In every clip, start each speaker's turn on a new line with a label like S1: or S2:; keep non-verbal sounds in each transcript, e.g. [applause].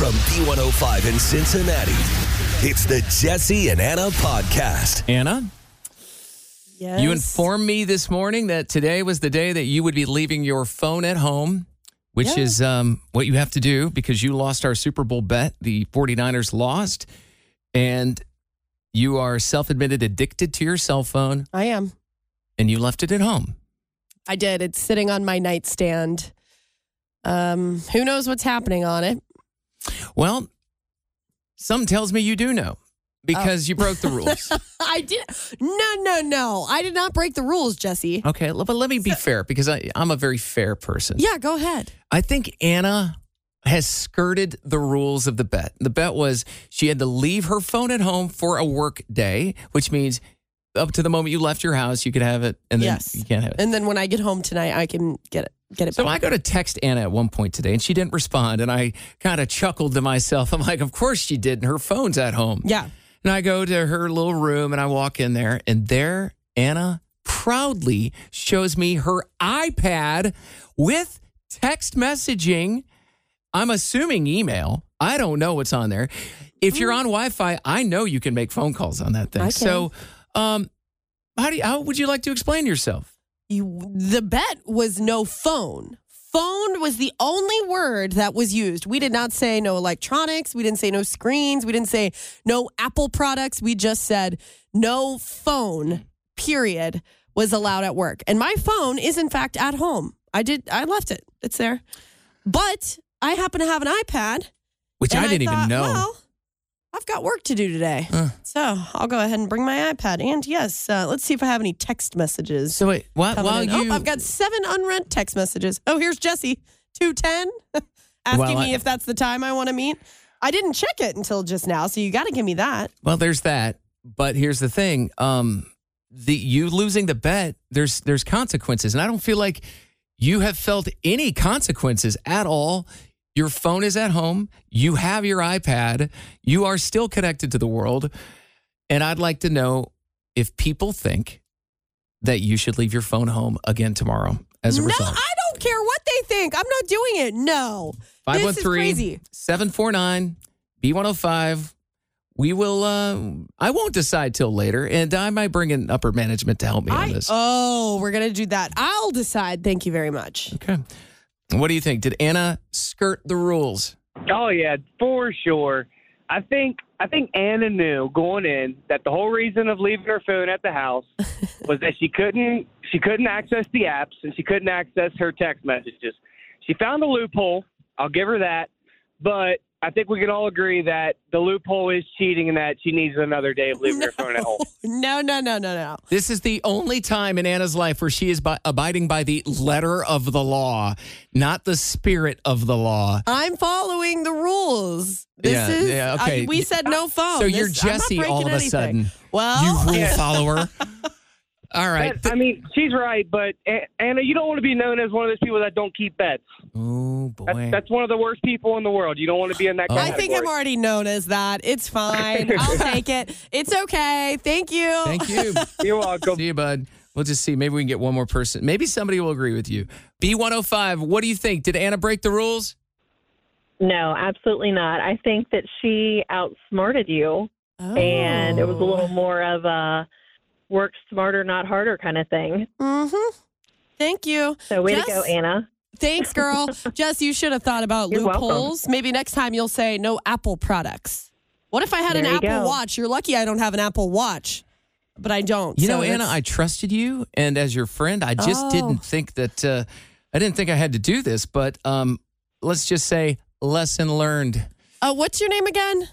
S1: From B105 in Cincinnati, it's the Jesse and Anna podcast.
S2: Anna,
S3: Yes.
S2: you informed me this morning that today was the day that you would be leaving your phone at home, which
S3: Yeah.
S2: is um, what you have to do because you lost our Super Bowl bet. The 49ers lost, and you are self admitted addicted to your cell phone,
S3: I am.
S2: and you left it at home.
S3: I did. It's sitting on my nightstand. Um, who knows what's happening on it? [laughs]
S2: Well, some tells me you do know
S3: Oh.
S2: because you broke the
S3: [laughs]
S2: rules.
S3: I did. No, no, no. I did not break the rules, Jesse.
S2: okay, l- but let me be fair because I, I'm a very fair person.
S3: Yeah, go ahead.
S2: I think Anna has skirted the rules of the bet. The bet was she had to leave her phone at home for a work day, which means up to the moment you left your house, you could have it, and then
S3: yes.
S2: you can't have it.
S3: And then when I get home tonight, I can get it. Get it.
S2: So I
S3: back.
S2: go to text Anna at one point today, and she didn't respond, and I kind of chuckled to myself. I'm like, of course she didn't. Her phone's at home.
S3: Yeah.
S2: And I go to her little room, and I walk in there, and there Anna proudly shows me her iPad with text messaging. I'm assuming email. I don't know what's on there. If you're on Wi-Fi, I know you can make phone calls on that thing.
S3: Mm. I can.
S2: So, um, how do you, how would you like to explain yourself?
S3: You, the bet was no phone. Phone was the only word that was used. We did not say no electronics. We didn't say no screens. We didn't say no Apple products. We just said no phone, period, was allowed at work. And my phone is, in fact, at home. I did, I left it. It's there. But I happen to have an iPad.
S2: Which
S3: and
S2: I didn't
S3: thought,
S2: even know.
S3: Well, I've got work to do today. So I'll go ahead and bring my iPad. And yes, uh, let's see if I have any text messages
S2: so wait, while,
S3: coming
S2: while
S3: in.
S2: you
S3: oh, I've got seven unread text messages. Oh, here's Jesse, 210, [laughs] asking
S2: Well, I-
S3: me if that's the time I want to meet. I didn't check it until just now, so you got to give me that.
S2: Well, there's that. But here's the thing: um, the you losing the bet, there's there's consequences, and I don't feel like you have felt any consequences at all. Your phone is at home. You have your iPad. You are still connected to the world, and I'd like to know if people think that you should leave your phone home again tomorrow as a
S3: no,
S2: result.
S3: I don't care what they think. I'm not doing it. No. this is
S2: 513
S3: crazy.
S2: 749 B105. We will, uh, I won't decide till later, and I might bring in upper management to help me on
S3: I,
S2: this.
S3: oh, we're going to do that. I'll decide. Thank you very much. [laughs]
S2: okay. What do you think? Did Anna skirt the rules?
S4: Oh yeah, for sure. I think I think Anna knew going in that the whole reason of leaving her phone at
S3: [laughs]
S4: the house was that she couldn't she couldn't access the apps and she couldn't access her text messages. She found a loophole. I'll give her that. But I think we can all agree that the loophole is cheating and that she needs another day of
S3: [laughs]
S4: leaving her phone at home.
S3: No, no, no, no, no.
S2: This is the only time in Anna's life where she is by, abiding by the letter of the law, not the spirit of the law.
S3: I'm following the rules. This
S2: Yeah,
S3: is,
S2: yeah,
S3: I-
S2: okay.
S3: we said no phone.
S2: so you're
S3: This- Oh, I'm not
S2: Jesse
S3: breaking
S2: all of a
S3: anything. Oh.
S2: sudden.
S3: Well,
S2: you rule follower.
S3: [laughs]
S2: All right.
S4: But, I mean, she's right, but A- Anna, you don't want to be known as one of those people that don't keep bets.
S2: oh,
S4: That's,
S2: boy.
S4: that's one of the worst people in the world. You don't want to be in that
S3: I
S4: category.
S3: think I'm already known as that.
S5: [laughs]
S3: It's fine. I'll take it. It's okay. Thank you.
S2: Thank you.
S3: [laughs]
S4: You're welcome.
S2: See you, bud. We'll just see. Maybe we can get one more person. Maybe somebody will agree with you. B105, what do you think? Did Anna break the rules?
S5: No, absolutely not. I think that she outsmarted you,
S3: Oh.
S5: and it was a
S2: Oh.
S5: little more of a work smarter, not harder kind of thing.
S3: Mm-hmm. Thank you.
S5: So, way
S3: Yes.
S5: to go, Anna.
S3: Thanks, girl.
S5: [laughs]
S3: Jess, you should have thought about
S5: You're welcome.
S3: loopholes. Maybe next time you'll say no Apple products. What if I had an
S5: There you
S3: Apple
S5: go.
S3: Watch? You're lucky I don't have an Apple Watch, but I don't.
S2: You
S3: so
S2: know, Anna,
S3: that's-
S2: I trusted you, and as your friend, I just
S3: Oh.
S2: didn't think that uh, I didn't think I had to do this. But um, let's just say, lesson learned.
S3: uh, what's your name again?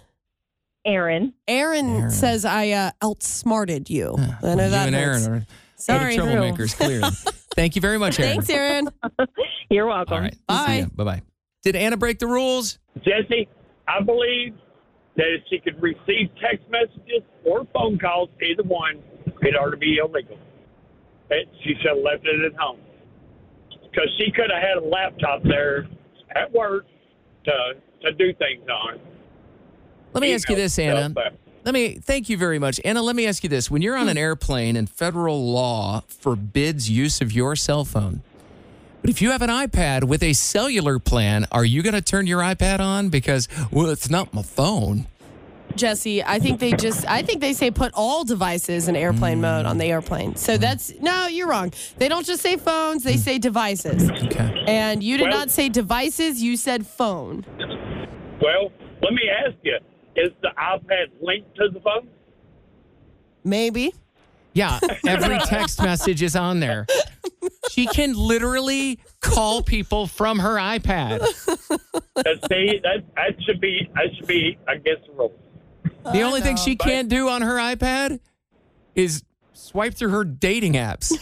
S5: Aaron.
S3: Aaron, says I uh, outsmarted you. I know
S2: you
S3: that
S2: and
S3: hurts.
S2: Aaron are
S3: Sorry.
S2: total troublemakers.
S3: [laughs]
S2: Clearly, thank you very much, Aaron.
S3: Thanks, Aaron.
S5: You're welcome.
S2: All right,
S3: Bye.
S2: bye, bye. Did Anna break the rules?
S6: Jesse, I believe that she could receive text messages or phone calls, either one, in order to be illegal. And she should have left it at home. Because she could have had a laptop there at work to, to do things on.
S2: Let me ask you this, Anna. Let me thank you very much, Anna. Let me ask you this: When you're on an airplane and federal law forbids use of your cell phone, but if you have an iPad with a cellular plan, are you going to turn your iPad on? Because well, it's not my phone.
S3: Jesse, I think they just I think they say put all devices in
S2: Mm.
S3: airplane mode on the airplane. So that's no, you're wrong. They don't just say phones,
S2: Mm.
S3: they say devices.
S2: Okay.
S3: And you did
S6: Well-
S3: not say devices, you said phone.
S6: Well, let me ask you is the iPad linked to the phone?
S3: Maybe. [laughs]
S2: Yeah, every text message is on there. She can literally call people from her iPad.
S6: That, see, that, that should be that should be against the rules.
S2: The only thing she can't do on her iPad is swipe through her dating apps.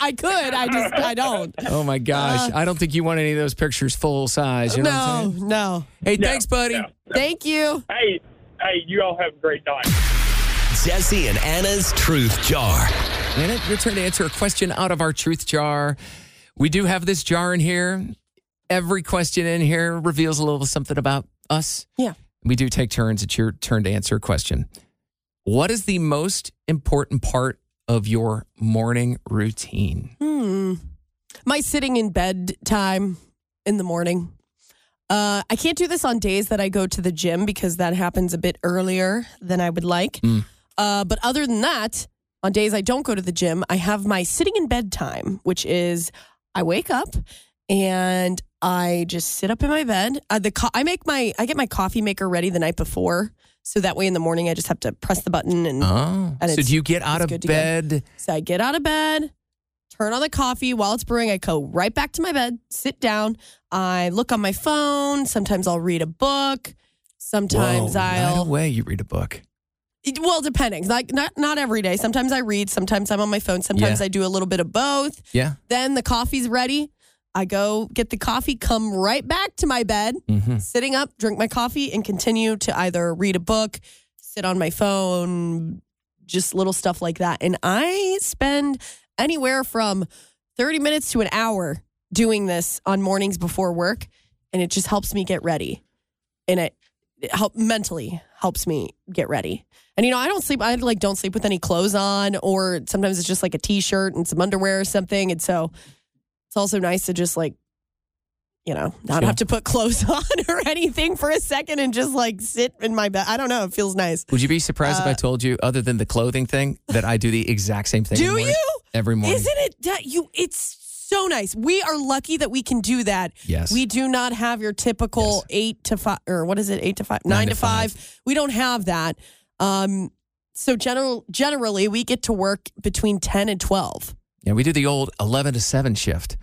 S3: I could, I just I don't.
S2: Oh my gosh. I don't think you want any of those pictures full size. You know what I'm
S3: Uh. No,
S2: saying?
S3: no.
S2: Hey, thanks, buddy.
S6: no.
S3: Thank you.
S6: Hey, hey, you all have a great night.
S1: Jesse and Anna's Truth Jar.
S2: Anna, your turn to answer a question out of our truth jar. We do have this jar in here. Every question in here reveals a little something about us.
S3: Yeah.
S2: We do take turns. It's your turn to answer a question. What is the most important part of your morning routine?
S3: Hmm. My sitting in bed time in the morning. Uh, I can't do this on days that I go to the gym because that happens a bit earlier than I would like.
S2: Mm.
S3: Uh, but other than that, on days I don't go to the gym, I have my sitting in bed time, which is I wake up and I just sit up in my bed. Uh, the co- I make my I get my coffee maker ready the night before, so that way in the morning I just have to press the button and
S2: Oh,
S3: And
S2: so
S3: it's-
S2: do you get out
S3: it's
S2: of
S3: good to go.
S2: bed?
S3: so I get out of bed, turn on the coffee while it's brewing. I go right back to my bed, sit down. I look on my phone. Sometimes I'll read a book. Sometimes
S2: Whoa, right
S3: I'll
S2: away you read a book.
S3: it- well, depending. Like not not every day. Sometimes I read. Sometimes I'm on my phone. Sometimes
S2: Yeah.
S3: I do a little bit of both.
S2: Yeah.
S3: Then the coffee's ready. I go get the coffee, come right back to my bed,
S2: Mm-hmm.
S3: sitting up, drink my coffee, and continue to either read a book, sit on my phone, just little stuff like that. And I spend anywhere from 30 minutes to an hour doing this on mornings before work. And it just helps me get ready. And it, it help mentally helps me get ready. And you know, I don't sleep, I like don't sleep with any clothes on, or sometimes it's just like a t shirt and some underwear or something. And so it's also nice to just like, you know, not
S2: Chill.
S3: have to put clothes [laughs] on or anything for a second and just like sit in my bed. I don't know. It feels nice.
S2: Would you be surprised
S3: Uh,
S2: if I told you, other than the clothing thing, that I do the exact same thing? in the
S3: Do
S2: morning?
S3: you?
S2: Every morning.
S3: Isn't it that you? It's so nice. We are lucky that we can do that.
S2: Yes.
S3: We do not have your typical eight to five, or what is it, eight to five, nine, to five. We don't have that. Um, so general, generally, we get to work between ten and twelve.
S2: yeah, we do the old 11 to 7 shift.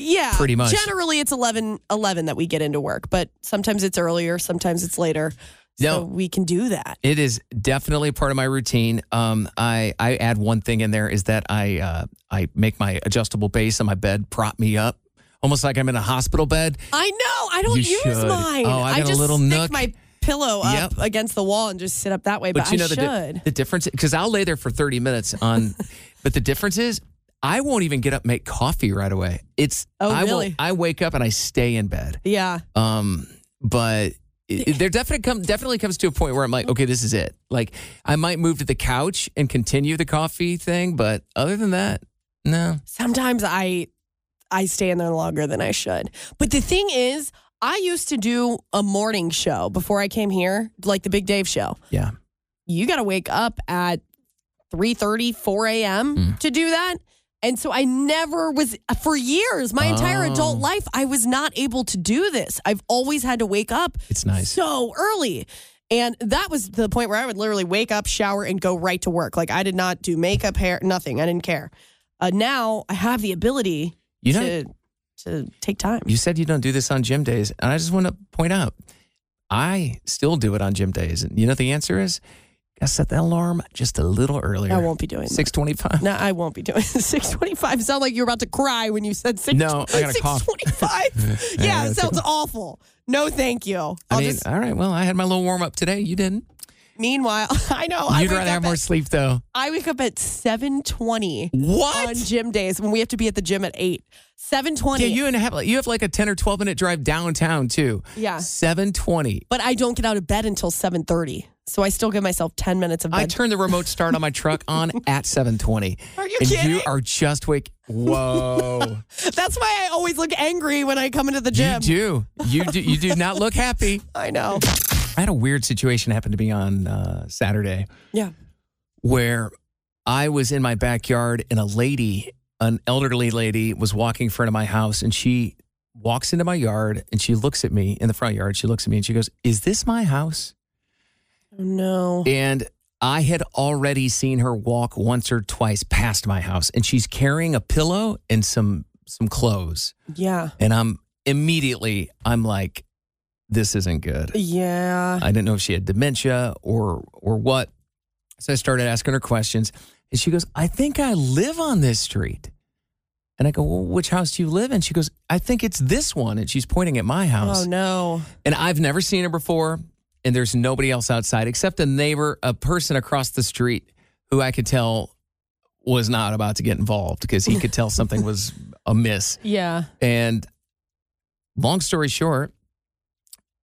S3: Yeah,
S2: Pretty much.
S3: Generally, it's 11, 11 that we get into work, but sometimes it's earlier, sometimes it's later.
S2: No.
S3: So we can do that.
S2: It is definitely part of my routine. Um, I, I add one thing in there is that I, uh, I make my adjustable base on my bed prop me up, almost like I'm in a hospital bed.
S3: I know. I don't
S2: You
S3: use
S2: should.
S3: mine.
S2: Oh, I got a
S3: just
S2: little
S3: stick
S2: nook.
S3: my pillow up
S2: Yep.
S3: against the wall and just sit up that way. But,
S2: But you know
S3: I
S2: the,
S3: should.
S2: di- the difference because I'll lay there for 30 minutes
S3: [laughs]
S2: on but the difference is I won't even get up and make coffee right away. It's
S3: Oh,
S2: I
S3: really?
S2: I wake up and I stay in bed.
S3: yeah.
S2: Um, but it, it- there definitely come definitely comes to a point where I'm like, okay, this is it. Like I might move to the couch and continue the coffee thing, but other than that, no.
S3: sometimes I I stay in there longer than I should. But the thing is, I used to do a morning show before I came here, like the Big Dave show.
S2: Yeah. Hmm.
S3: You got to wake up at 3 4 a.m. to do that. And so I never was, for years, my entire
S2: Oh.
S3: adult life, I was not able to do this. I've always had to wake up
S2: It's nice.
S3: so early. And that was the point where I would literally wake up, shower, and go right to work. Like I did not do makeup, hair, nothing. I didn't care. Uh, now I have the ability
S2: You know,
S3: to, to take time.
S2: you said you don't do this on gym days, and I just want to point out, I still do it on gym days. And you know what the answer is? I set that alarm just a little earlier.
S3: I won't be doing that.
S2: six twenty-five.
S3: No, I won't be doing [laughs] 625. Sound like you're about to cry when you said 6,
S2: No, I got a cough. [laughs]
S3: 625. yeah, it sounds awful. No, thank you. I'll
S2: I mean,
S3: just,
S2: all right. Well, I had my little warm up today. You didn't.
S3: meanwhile, [laughs] I know. I
S2: You'd
S3: wake
S2: rather
S3: up
S2: have more
S3: at-
S2: sleep, though.
S3: I wake up at 720
S2: What?
S3: on gym days when we have to be at the gym at 8. 720.
S2: yeah, you and have you have like a ten or twelve minute drive downtown too.
S3: Yeah.
S2: seven twenty.
S3: but I don't get out of bed until 730. So I still give myself 10 minutes of bed.
S2: I turn the remote start on my truck
S3: [laughs]
S2: on at seven twenty.
S3: Are you
S2: and
S3: kidding?
S2: you are just wake.
S3: [laughs]
S2: Whoa.
S3: That's why I always look angry when I come into the
S2: you
S3: gym.
S2: do. You do. You do not look happy.
S3: I know.
S2: I had a weird situation happen to me on uh, Saturday
S3: Yeah.
S2: where I was in my backyard and a lady, an elderly lady, was walking in front of my house and she walks into my yard and she looks at me in the front yard. She looks at me and she goes, Is this my house?
S3: Oh, No.
S2: And I had already seen her walk once or twice past my house and she's carrying a pillow and some some clothes.
S3: Yeah.
S2: And I'm immediately I'm like, this isn't good.
S3: Yeah.
S2: I didn't know if she had dementia or or what. So I started asking her questions, and she goes, "I think I live on this street." And I go, "Well, which house do you live in?" She goes, "I think it's this one," and she's pointing at my house.
S3: Oh, no.
S2: And I've never seen her before, and there's nobody else outside except a neighbor, a person across the street who I could tell was not about to get involved because he could tell something was amiss.
S3: Yeah.
S2: And long story short,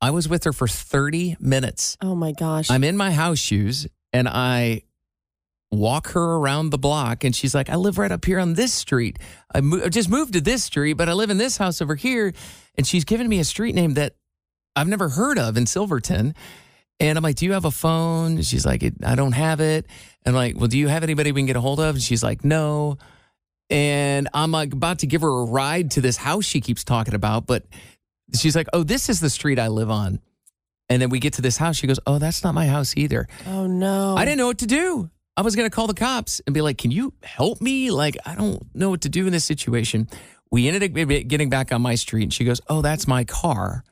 S2: I was with her for 30 minutes.
S3: Oh, my gosh.
S2: I'm in my house shoes and I walk her around the block and she's like, I live right up here on this street. I, mo- I just moved to this street, but I live in this house over here. And she's giving me a street name that I've never heard of in Silverton. And I'm like, Do you have a phone? And She's like, "It- I don't have it. And I'm like, Well, do you have anybody we can get a hold of? And she's like, No. And I'm like about to give her a ride to this house she keeps talking about, but she's like, Oh, this is the street I live on. And then we get to this house. She goes, Oh, that's not my house either.
S3: oh, no.
S2: I didn't know what to do. I was going to call the cops and be like, Can you help me? Like, I don't know what to do in this situation. We ended up getting back on my street and she goes, Oh, that's my car.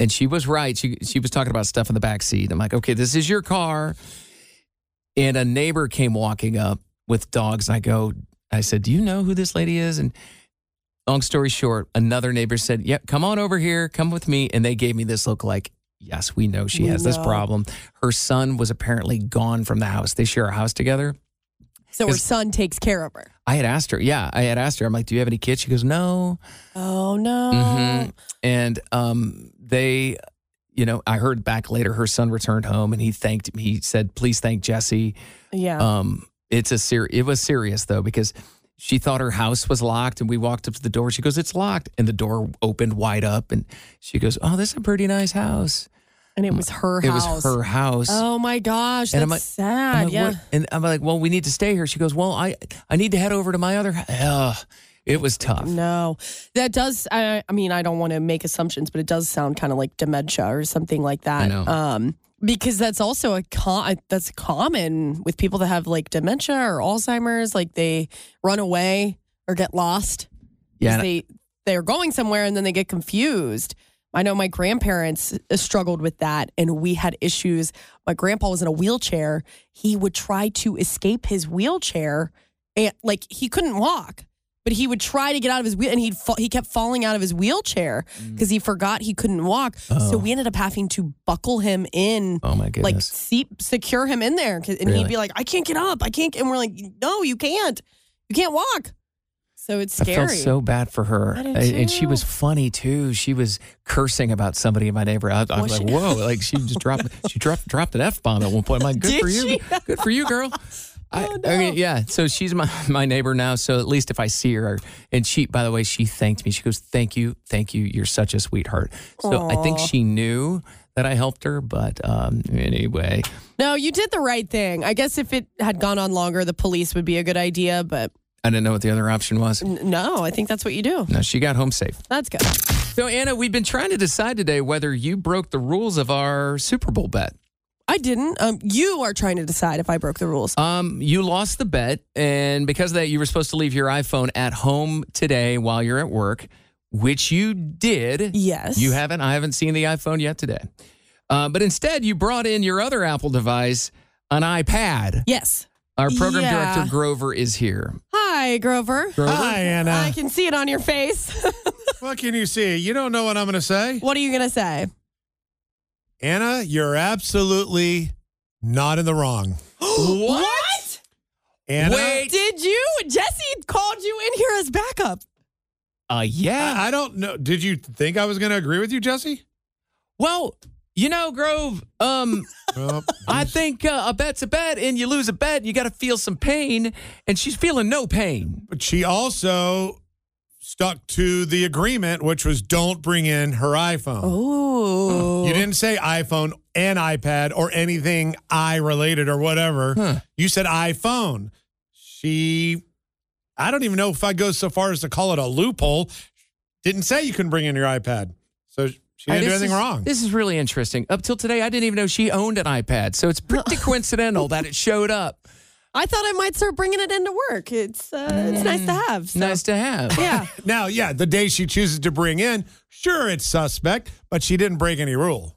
S2: And she was right. She, she was talking about stuff in the back seat. I'm like, Okay, this is your car. And a neighbor came walking up with dogs. And I go, I said, Do you know who this lady is? And long story short, another neighbor said, Yep, come on over here, come with me. And they gave me this look like, Yes, we know she
S3: We
S2: has this
S3: know.
S2: problem. Her son was apparently gone from the house. They share a house together.
S3: So her
S2: Is-
S3: son takes care of her.
S2: I had asked her, yeah, I had asked her, I'm like, Do you have any kids? She goes, No.
S3: Oh no.
S2: Mhm. And um, they, you know, I heard back later her son returned home and he thanked me. He said, Please thank Jesse.
S3: Yeah.
S2: Um, it's a ser- It was serious though because she thought her house was locked, and we walked up to the door. She goes, "It's locked," and the door opened wide up, and she goes, "Oh, this is a pretty nice house."
S3: and it was her
S2: It was
S3: house.
S2: her house.
S3: Oh my gosh.
S2: And
S3: That's
S2: I'm
S3: sad.
S2: I'm like,
S3: yeah.
S2: "What?" And I'm like, "Well, we need to stay here." She goes, "Well, I I need to head over to my other." hou-" Ugh, it was tough.
S3: No, that does. I, I mean, I don't want to make assumptions, but it does sound kind of like dementia or something like that.
S2: I know.
S3: Um, because that's also a con- that's common with people that have like dementia or Alzheimer's, like they run away or get lost. 'cause
S2: Yeah, and-
S3: they they're going somewhere and then they get confused. I know my grandparents uh, struggled with that, and we had issues. My grandpa was in a wheelchair. He would try to escape his wheelchair, and like he couldn't walk, but he would try to get out of his wheel, and he'd fa- he kept falling out of his wheelchair because he forgot he couldn't walk.
S2: Mm. Oh.
S3: So we ended up having to buckle him in
S2: Oh my
S3: like
S2: goodness.
S3: seat, secure him in there, 'cause- and
S2: Really?
S3: he'd be like, "I can't get up, I can't." And we're like, "No, you can't, you can't walk." So it's
S2: I
S3: scary.
S2: felt so bad for her,
S3: I did
S2: and and she
S3: too.
S2: was funny too. She was cursing about somebody in my neighborhood. I, I was
S3: Was
S2: like,
S3: she?
S2: "Whoa!" Like she just dropped,
S3: [laughs]
S2: she dropped, dropped an f bomb at one point. I'm like, "Good
S3: Did
S2: for you,
S3: she?
S2: good for you, girl." I,
S3: [laughs] Oh,
S2: I mean,
S3: no.
S2: yeah. So she's my my neighbor now. So at least if I see her, and she, by the way, she thanked me. She goes, "Thank you, thank you. You're such a sweetheart." So I think
S3: Aw.
S2: she knew that I helped her, but um, anyway,
S3: No, you did the right thing. I guess if it had gone on longer, the police would be a good idea, but
S2: I didn't know what the other option was.
S3: N- No, I think that's what you do.
S2: No, she got home safe.
S3: That's good.
S2: So, Anna, we've been trying to decide today whether you broke the rules of our Super Bowl bet.
S3: I didn't. Um, you are trying to decide if I broke the rules.
S2: Um, you lost the bet, and because of that, you were supposed to leave your iPhone at home today while you're at work, which you did.
S3: Yes.
S2: You haven't. I haven't seen the iPhone yet today. Uh, but instead, you brought in your other Apple device, an iPad.
S3: Yes.
S2: Our program
S3: Yeah.
S2: director, Grover, is here.
S3: Hi, Grover.
S7: Hi, Anna.
S3: I can see it on your face. [laughs]
S7: what can you see? You don't know what I'm going to say.
S3: what are you gonna say?
S7: Anna, you're absolutely not in
S3: [gasps]
S7: the wrong.
S2: what?
S7: Anna,
S2: Wait.
S3: Did you? Jesse called you in here as backup.
S2: Uh, yeah.
S7: I, I don't know. Did you think I was going to agree with you, Jesse?
S2: well, you know, Grove, um,
S7: Well,
S2: [laughs] I think uh, a bet's a bet, and you lose a bet, you got to feel some pain, and she's feeling no pain.
S7: but she also stuck to the agreement, which was don't bring in her iPhone.
S2: Oh.
S3: Ooh.
S7: You didn't say iPhone and iPad or anything i related or whatever.
S2: Huh.
S7: You said iPhone. She, I don't even know if I go so far as to call it a loophole. Didn't say you couldn't bring in your iPad, so she didn't do
S2: This is-
S7: anything wrong.
S2: This is really interesting. Up till today, I didn't even know she owned an iPad, so it's
S3: [laughs]
S2: pretty coincidental that it showed up.
S3: I thought I might start bringing it into work. It's uh,
S2: Mm.
S3: it's nice to have. so-
S2: Nice to have.
S3: Yeah.
S7: now, yeah, the day she chooses to bring in, sure, it's suspect, but she didn't break any rule.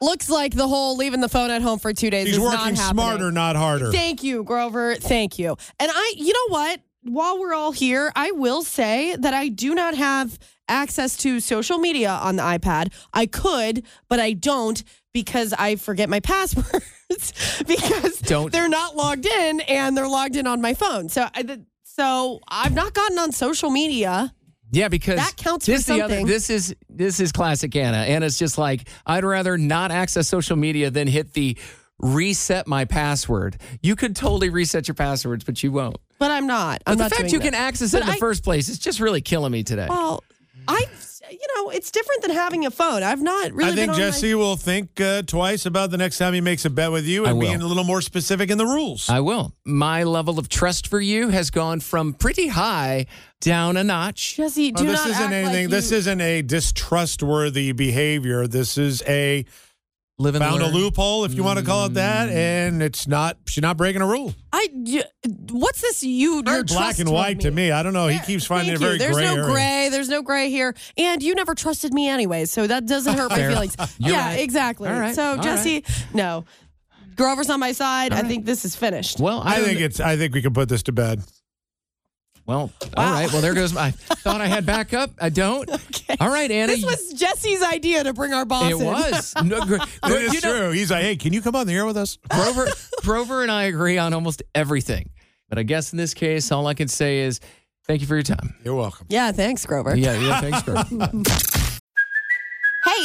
S3: Looks like the whole leaving the phone at home for two days
S7: She's
S3: is
S7: working
S3: not
S7: smarter,
S3: happening.
S7: not harder.
S3: Thank you, Grover. Thank you. And I, you know what? While we're all here, I will say that I do not have access to social media on the iPad. I could, but I don't because I forget my [laughs] passwords [laughs] because
S2: Don't.
S3: they're not logged in and they're logged in on my phone. So I, th- so I've not gotten on social media.
S2: Yeah, because
S3: That counts for
S2: This the other.
S3: something.
S2: This is this is classic Anna. Anna's just like I'd rather not access social media than hit the reset my password. You could totally reset your passwords, but you won't.
S3: But I'm not.
S2: But
S3: I'm
S2: the
S3: not
S2: fact
S3: doing
S2: you
S3: that.
S2: can access it
S3: But
S2: in the
S3: I-
S2: first place is just really killing me today.
S3: Well, I, you know, it's different than having a phone. I've not really.
S7: I
S3: been
S7: think
S3: on my-
S7: Jesse will think uh, twice about the next time he makes a bet with you
S2: I
S7: and
S2: will.
S7: being a little more specific in the rules.
S2: I will. My level of trust for you has gone from pretty high down a notch.
S3: Jesse,
S7: Oh,
S3: do
S7: this
S3: not
S7: isn't
S3: act
S7: anything.
S3: Like
S7: This isn't a distrustworthy behavior. This is a
S2: Live and
S7: found a
S2: learn.
S7: loophole, if you want to call it
S2: Mm.
S7: that, and it's not. She's not breaking a rule.
S3: I. y- What's this? You.
S7: Very
S3: your
S7: black
S3: trust
S7: and
S3: toward
S7: white to me. I don't know. He keeps finding
S3: Thank
S7: it very
S3: you. There's
S7: gray.
S3: no
S7: area.
S3: gray. There's no gray here, and you never trusted me anyway, so that doesn't hurt my
S2: Fair.
S7: [laughs]
S3: feelings.
S2: You're
S3: yeah,
S2: right.
S3: exactly.
S2: All right.
S3: So
S2: All right.
S3: Jesse, no, Grover's on my side. I think this is finished. [laughs]
S2: Well, I,
S7: I think it's. I think we can put this to bed.
S2: Well, all right. Well, there goes. My, I thought I had backup. I
S3: [laughs]
S2: don't. Okay. All right, Anna.
S3: This
S2: you-
S3: was Jesse's idea to bring our boss.
S2: It
S3: in.
S2: was. No, gr- gr-
S7: It
S2: you
S7: is
S2: know,
S7: true. He's like, hey, can you come on the air with us?
S3: [laughs]
S2: Grover, Grover and I agree on almost everything. But I guess in this case, all I can say is thank you for your time.
S7: You're welcome.
S3: yeah, thanks, Grover.
S2: Yeah, yeah, thanks,
S3: [laughs]
S2: Grover.
S8: Hey,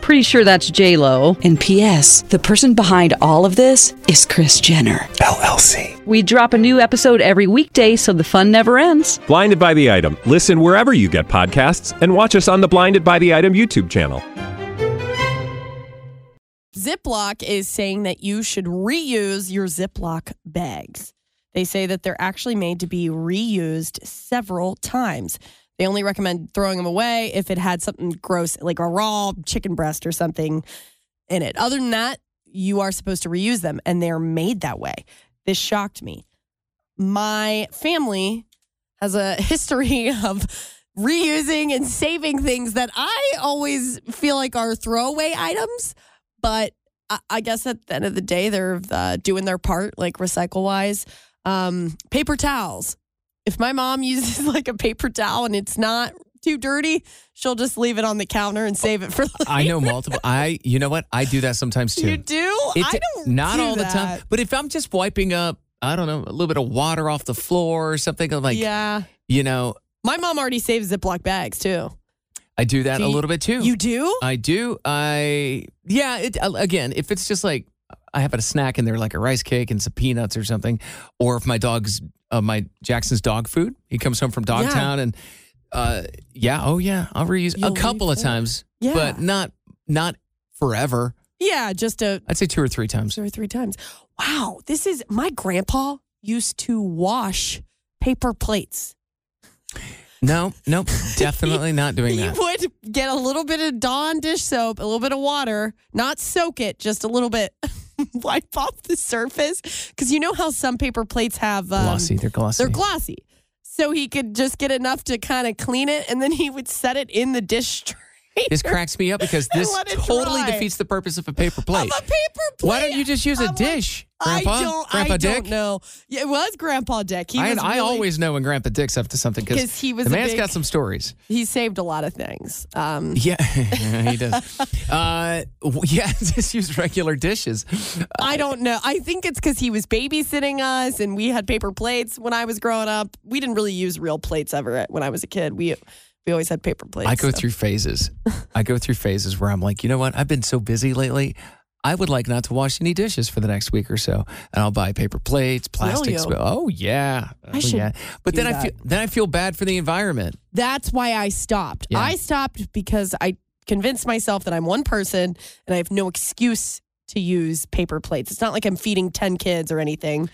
S9: Pretty sure that's J Lo. And P.S. The person behind all of this is Chris Jenner
S10: LLC.
S9: We drop a new episode every weekday, so the fun never ends.
S10: Blinded by the item. Listen wherever you get podcasts, and watch us on the Blinded by the Item YouTube channel.
S3: Ziploc is saying that you should reuse your Ziploc bags. They say that they're actually made to be reused several times. They only recommend throwing them away if it had something gross, like a raw chicken breast or something in it. Other than that, you are supposed to reuse them, and they're made that way. This shocked me. My family has a history [laughs] of reusing and saving things that I always feel like are throwaway items, but I, I guess at the end of the day, they're uh, doing their part, like recycle wise. Um, paper towels. If my mom [laughs] uses like a paper towel and it's not too dirty, she'll just leave it on the counter and save it for later.
S2: I know multiple. I, you know what? I do that sometimes too.
S3: You do? I don't
S2: Not
S3: do
S2: all the time,
S3: that.
S2: but if I'm just wiping up, I don't know, a little bit of water off the floor or something. I'm like,
S3: yeah.
S2: you know,
S3: My mom already saves Ziploc bags too.
S2: I do that
S3: Do
S2: a
S3: you-
S2: little bit too.
S3: you do?
S2: I do. I yeah. It uh, again, if it's just like I have a snack in there, like a rice cake and some peanuts or something, or if my dog's uh, my Jackson's dog food, he comes home from Dogtown and uh, yeah, oh yeah, I'll reuse
S3: You'll
S2: a couple of times,
S3: Yeah.
S2: but not not forever.
S3: Yeah, just a
S2: I'd say two or three times.
S3: two or three times. Wow, this is my grandpa used to wash paper plates.
S2: No, nope,
S3: [laughs]
S2: definitely not doing
S3: He
S2: that.
S3: would get a little bit of Dawn dish soap, a little bit of water, not soak it, just a little bit, [laughs] wipe off the surface. Because you know how some paper plates have um,
S2: Glossy, they're glossy.
S3: They're glossy. So he could just get enough to kind of clean it, and then he would set it in the dish [laughs] tray.
S2: This cracks me up
S3: [laughs]
S2: because
S3: And
S2: this
S3: let it
S2: totally
S3: dry.
S2: defeats the purpose of a paper plate.
S3: a paper plate.
S2: Why don't you just use a dish, Grandpa?
S3: I don't.
S2: Grandpa
S3: I
S2: Dick?
S3: don't know. Yeah, it was Grandpa Dick. He
S2: I,
S3: was
S2: I
S3: really-
S2: always know when Grandpa Dick's up to something
S3: 'Cause
S2: because
S3: he was
S2: the
S3: a
S2: man's
S3: big-
S2: got some stories.
S3: he saved a lot of things. Um,
S2: Yeah, [laughs] he does. uh, w- yeah, [laughs] just use regular dishes.
S3: I don't know. I think it's because he was babysitting us and we had paper plates when I was growing up. We didn't really use real plates ever at- when I was a kid. We we always had paper plates.
S2: I go
S3: so.
S2: through phases. I go through phases where I'm like, you know what? I've been so busy lately. I would like not to wash any dishes for the next week or so, and I'll buy paper plates,
S3: you?
S2: plastic. sp- Oh yeah,
S3: I
S2: Oh,
S3: should
S2: yeah. But
S3: do
S2: then I
S3: that.
S2: feel then I feel bad for the environment.
S3: That's why I stopped.
S2: Yeah.
S3: I stopped because I convinced myself that I'm one person and I have no excuse to use paper plates. It's not like I'm feeding ten kids or anything.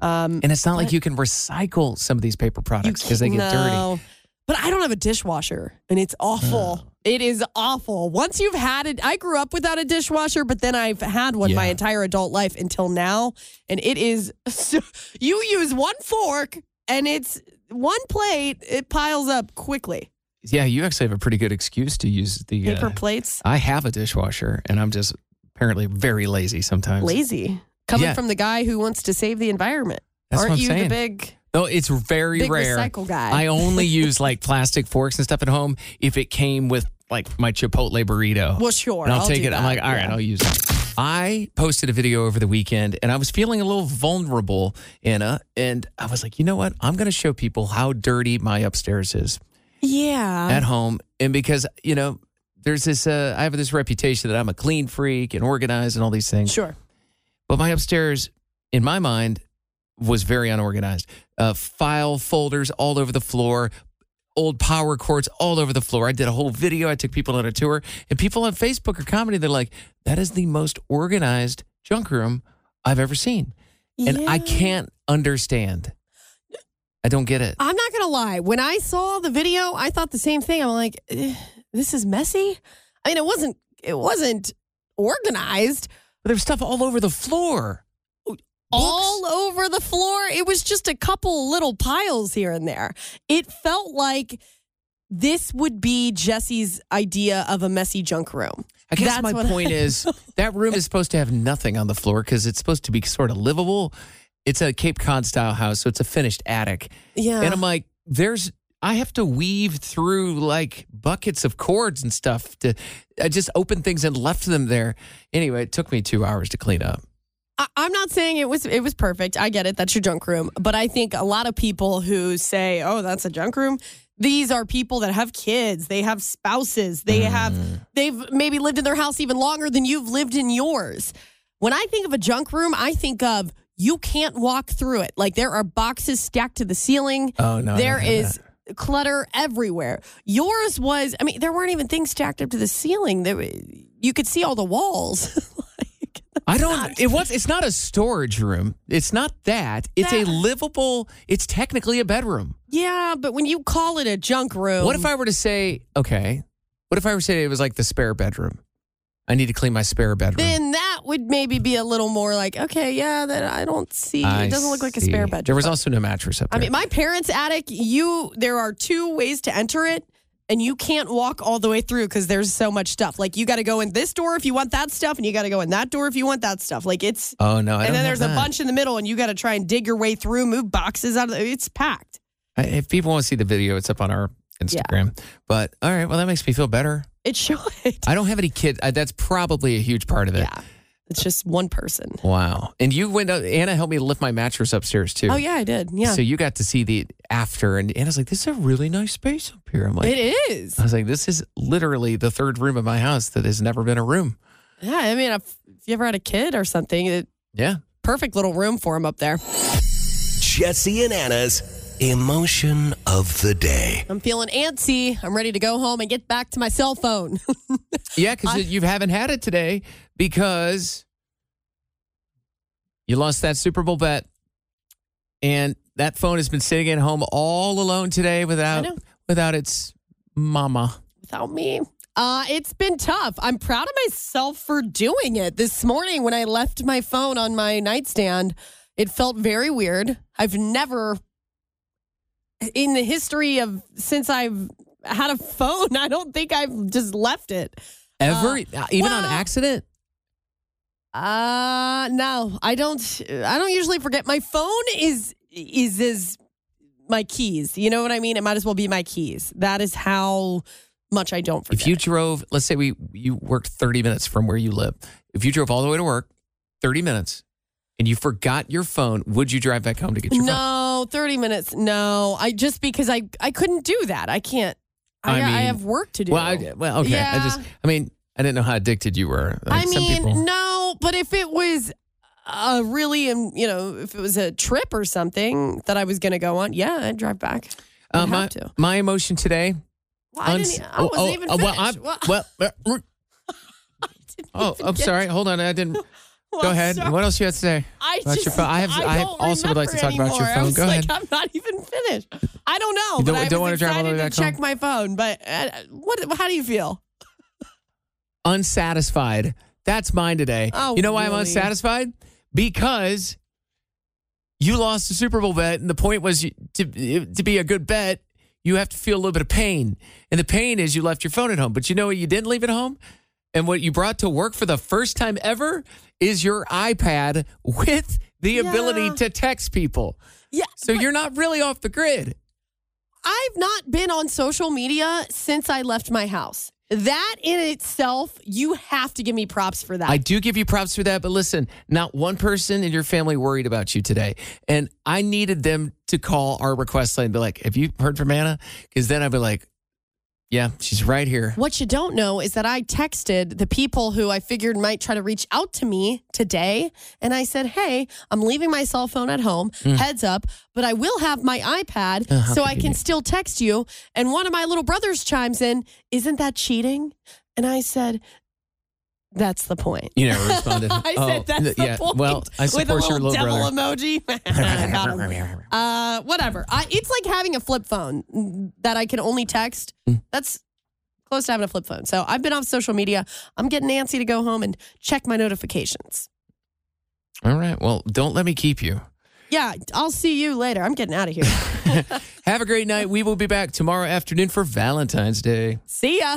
S3: Um,
S2: And it's not like
S3: but-
S2: you can recycle some of these paper products because they get dirty.
S3: No. But I don't have a dishwasher, and it's awful. It is awful. Once you've had it, I grew up without a dishwasher, but then I've had one my
S2: Yeah.
S3: entire adult life until now, and it is. [laughs] So, you use one fork, and it's one plate. It piles up quickly.
S2: Yeah, you actually have a pretty good excuse to use the uh,
S3: Paper plates,
S2: I have a dishwasher, and I'm just apparently very lazy sometimes.
S3: lazy. Coming
S2: Yeah.
S3: from the guy who wants to save the environment.
S2: That's
S3: Aren't
S2: what I'm
S3: you the
S2: saying.
S3: big?
S2: No, it's very
S3: Big
S2: rare.
S3: recycle guy.
S2: I
S3: [laughs]
S2: only use like plastic forks and stuff at home if it came with like my Chipotle burrito.
S3: Well, sure,
S2: And I'll,
S3: I'll
S2: take
S3: do
S2: it. I'm
S3: that,
S2: like, all right,
S3: yeah.
S2: I'll use it. I posted a video over the weekend and I was feeling a little vulnerable, Anna. And I was like, you know what? I'm going to show people how dirty my upstairs is
S3: Yeah.
S2: at home. And because, you know, there's this, uh, I have this reputation that I'm a clean freak and organized and all these things.
S3: Sure.
S2: But my upstairs, in my mind, was very unorganized. Uh, file folders all over the floor, old power cords all over the floor. I did a whole video. I took people on a tour, and people on Facebook or comedy, they're like, that is the most organized junk room I've ever seen. And I
S3: Yeah.
S2: can't understand. I don't get it.
S3: I'm not gonna lie. When I saw the video, I thought the same thing. I'm like, "Eh, this is messy. I mean, it wasn't. It wasn't organized.
S2: But there's stuff all over the floor.
S3: All over the floor. It was just a couple little piles here and there. It felt like this would be Jesse's idea of a messy junk room.
S2: I guess
S3: That's
S2: my
S3: what I- [laughs]
S2: point is that room is supposed to have nothing on the floor because it's supposed to be sort of livable. It's a Cape Cod style house, so it's a finished attic.
S3: Yeah.
S2: And I'm like, there's, I have to weave through like buckets of cords and stuff to, I just opened things and left them there. Anyway, it took me two hours to clean up.
S3: I, I'm not saying it was it was perfect. I get it. That's your junk room. But I think a lot of people who say, "Oh, that's a junk room," these are people that have kids. They have spouses. They
S2: Mm.
S3: have they've maybe lived in their house even longer than you've lived in yours. When I think of a junk room, I think of you can't walk through it. Like there are boxes stacked to the ceiling.
S2: Oh, no, I don't
S3: there
S2: have
S3: is clutter everywhere. Yours was. I mean, there weren't even things stacked up to the ceiling. There, you could see all the walls. [laughs]
S2: I don't, it was, it's not a storage room. It's not that. It's a
S3: That-
S2: livable, it's technically a bedroom.
S3: Yeah, but when you call it a junk room,
S2: What if I were to say, okay, what if I were to say it was like the spare bedroom? I need to clean my spare bedroom.
S3: then that would maybe be a little more like, okay, yeah, that I don't see.
S2: I
S3: it doesn't look like a spare
S2: see.
S3: bedroom.
S2: There was also no mattress up
S3: I
S2: there.
S3: mean, my parents' attic. You, there are two ways to enter it. and you can't walk all the way through because there's so much stuff. Like you got to go in this door if you want that stuff, and you got to go in that door if you want that stuff. Like it's
S2: Oh no! I
S3: and
S2: don't
S3: then
S2: have
S3: there's a
S2: that.
S3: bunch in the middle, and you got to try and dig your way through, move boxes out of the, it's packed.
S2: I- If people want to see the video, it's up on our Instagram. But all right, well that makes me feel better.
S3: It [laughs] should.
S2: I don't have any kids. I, that's probably a huge part of it. Yeah.
S3: It's just one person.
S2: Wow. And you went up, Anna helped me lift my mattress upstairs too.
S3: Oh yeah, I did. Yeah,
S2: So you got to see the after, and Anna's like, "This is a really nice space up here." I'm like,
S3: it is.
S2: I was like, "This is literally the third room of my house that has never been a room."
S3: Yeah, I mean, if if you ever had a kid or something, it,
S2: Yeah.
S3: perfect little room for him up there.
S1: Jesse and Anna's emotion of the day.
S3: I'm feeling antsy. I'm ready to go home and get back to my cell phone. [laughs]
S2: Yeah, because you haven't had it today because you lost that Super Bowl bet, and that phone has been sitting at home all alone today without
S3: know.
S2: without its mama.
S3: Without me. Uh, it's been tough. I'm proud of myself for doing it. This morning, when I left my phone on my nightstand, it felt very weird. I've never, in the history of since I've had a phone, [laughs] I don't think I've just left it.
S2: Ever,
S3: Uh,
S2: even on
S3: well-
S2: accident.
S3: Uh no, I don't I don't usually forget my phone is is is my keys. You know what I mean? It might as well be my keys. That is how much I don't forget.
S2: If you drove, let's say we you worked 30 minutes from where you live. If you drove all the way to work, 30 minutes, and you forgot your phone, would you drive back home to get your phone?
S3: No, 30 minutes. No. I just because I I couldn't do that. I can't I, I,
S2: I mean-
S3: have work to do.
S2: Well, I, well, okay. I just, I mean, I didn't know how addicted you were.
S3: I
S2: Like, some
S3: mean,
S2: people-
S3: no, but if it was a really um, you know, if it was a trip or something that I was going to go on, yeah, I'd drive back. I'd
S2: Uh,
S3: have
S2: my,
S3: to.
S2: my emotion today. oh,
S3: Well, I didn't- e- I wasn't even
S2: uh, well,
S3: finished.
S2: I'm,
S3: Well- [laughs]
S2: well, uh, oh, I'm
S3: get
S2: sorry. Hold on, I
S3: [laughs]
S2: didn't.
S3: Well,
S2: Go ahead.
S3: sorry.
S2: What else you had to say?
S3: I
S2: about
S3: just,
S2: your phone? I have. I,
S3: don't
S2: also would like to talk
S3: remember
S2: about your
S3: anymore.
S2: phone.
S3: I was
S2: Go ahead.
S3: like, I'm not even finished. I don't know.
S2: You
S3: but
S2: don't-
S3: I
S2: don't
S3: was
S2: wanna drive all the way
S3: excited
S2: back
S3: to check
S2: home?
S3: my phone. But uh, what? How do you feel?
S2: unsatisfied. That's mine today.
S3: Oh,
S2: you know why I'm
S3: really?
S2: unsatisfied? Because you lost the Super Bowl bet, and the point was you, to to be a good bet, you have to feel a little bit of pain, and the pain is you left your phone at home. But you know what? You didn't leave it home, and what you brought to work for the first time ever is your iPad with the ability
S3: Yeah.
S2: to text people.
S3: Yeah.
S2: So you're not really off the grid.
S3: I've not been on social media since I left my house. That in itself, you have to give me props for that.
S2: I do give you props for that, but listen, not one person in your family worried about you today. And I needed them to call our request line and be like, Have you heard from Anna? Because then I'd be like, Yeah, she's right here.
S3: What you don't know is that I texted the people who I figured might try to reach out to me today. And I said, Hey, I'm leaving my cell phone at home,
S2: Mm.
S3: heads up, but I will have my iPad
S2: Oh, how
S3: so I can
S2: convenient.
S3: still text you. And one of my little brothers chimes in, Isn't that cheating? And I said, That's
S2: [laughs]
S3: the point.
S2: You never responded.
S3: I
S2: Oh,
S3: said, That's
S2: th-
S3: the
S2: yeah,
S3: point.
S2: Well, I
S3: With a
S2: support your
S3: little
S2: little
S3: devil
S2: brother. [laughs]
S3: emoji. [laughs] I got him. Uh, whatever. I, it's like having a flip phone that I can only text. That's close to having a flip phone. So I've been off social media. I'm getting Nancy to go home and check my notifications.
S2: All right. Well, don't let me keep you.
S3: Yeah, I'll see you later. I'm getting out of here.
S2: Have a great night. We will be back tomorrow afternoon for Valentine's Day.
S3: see ya.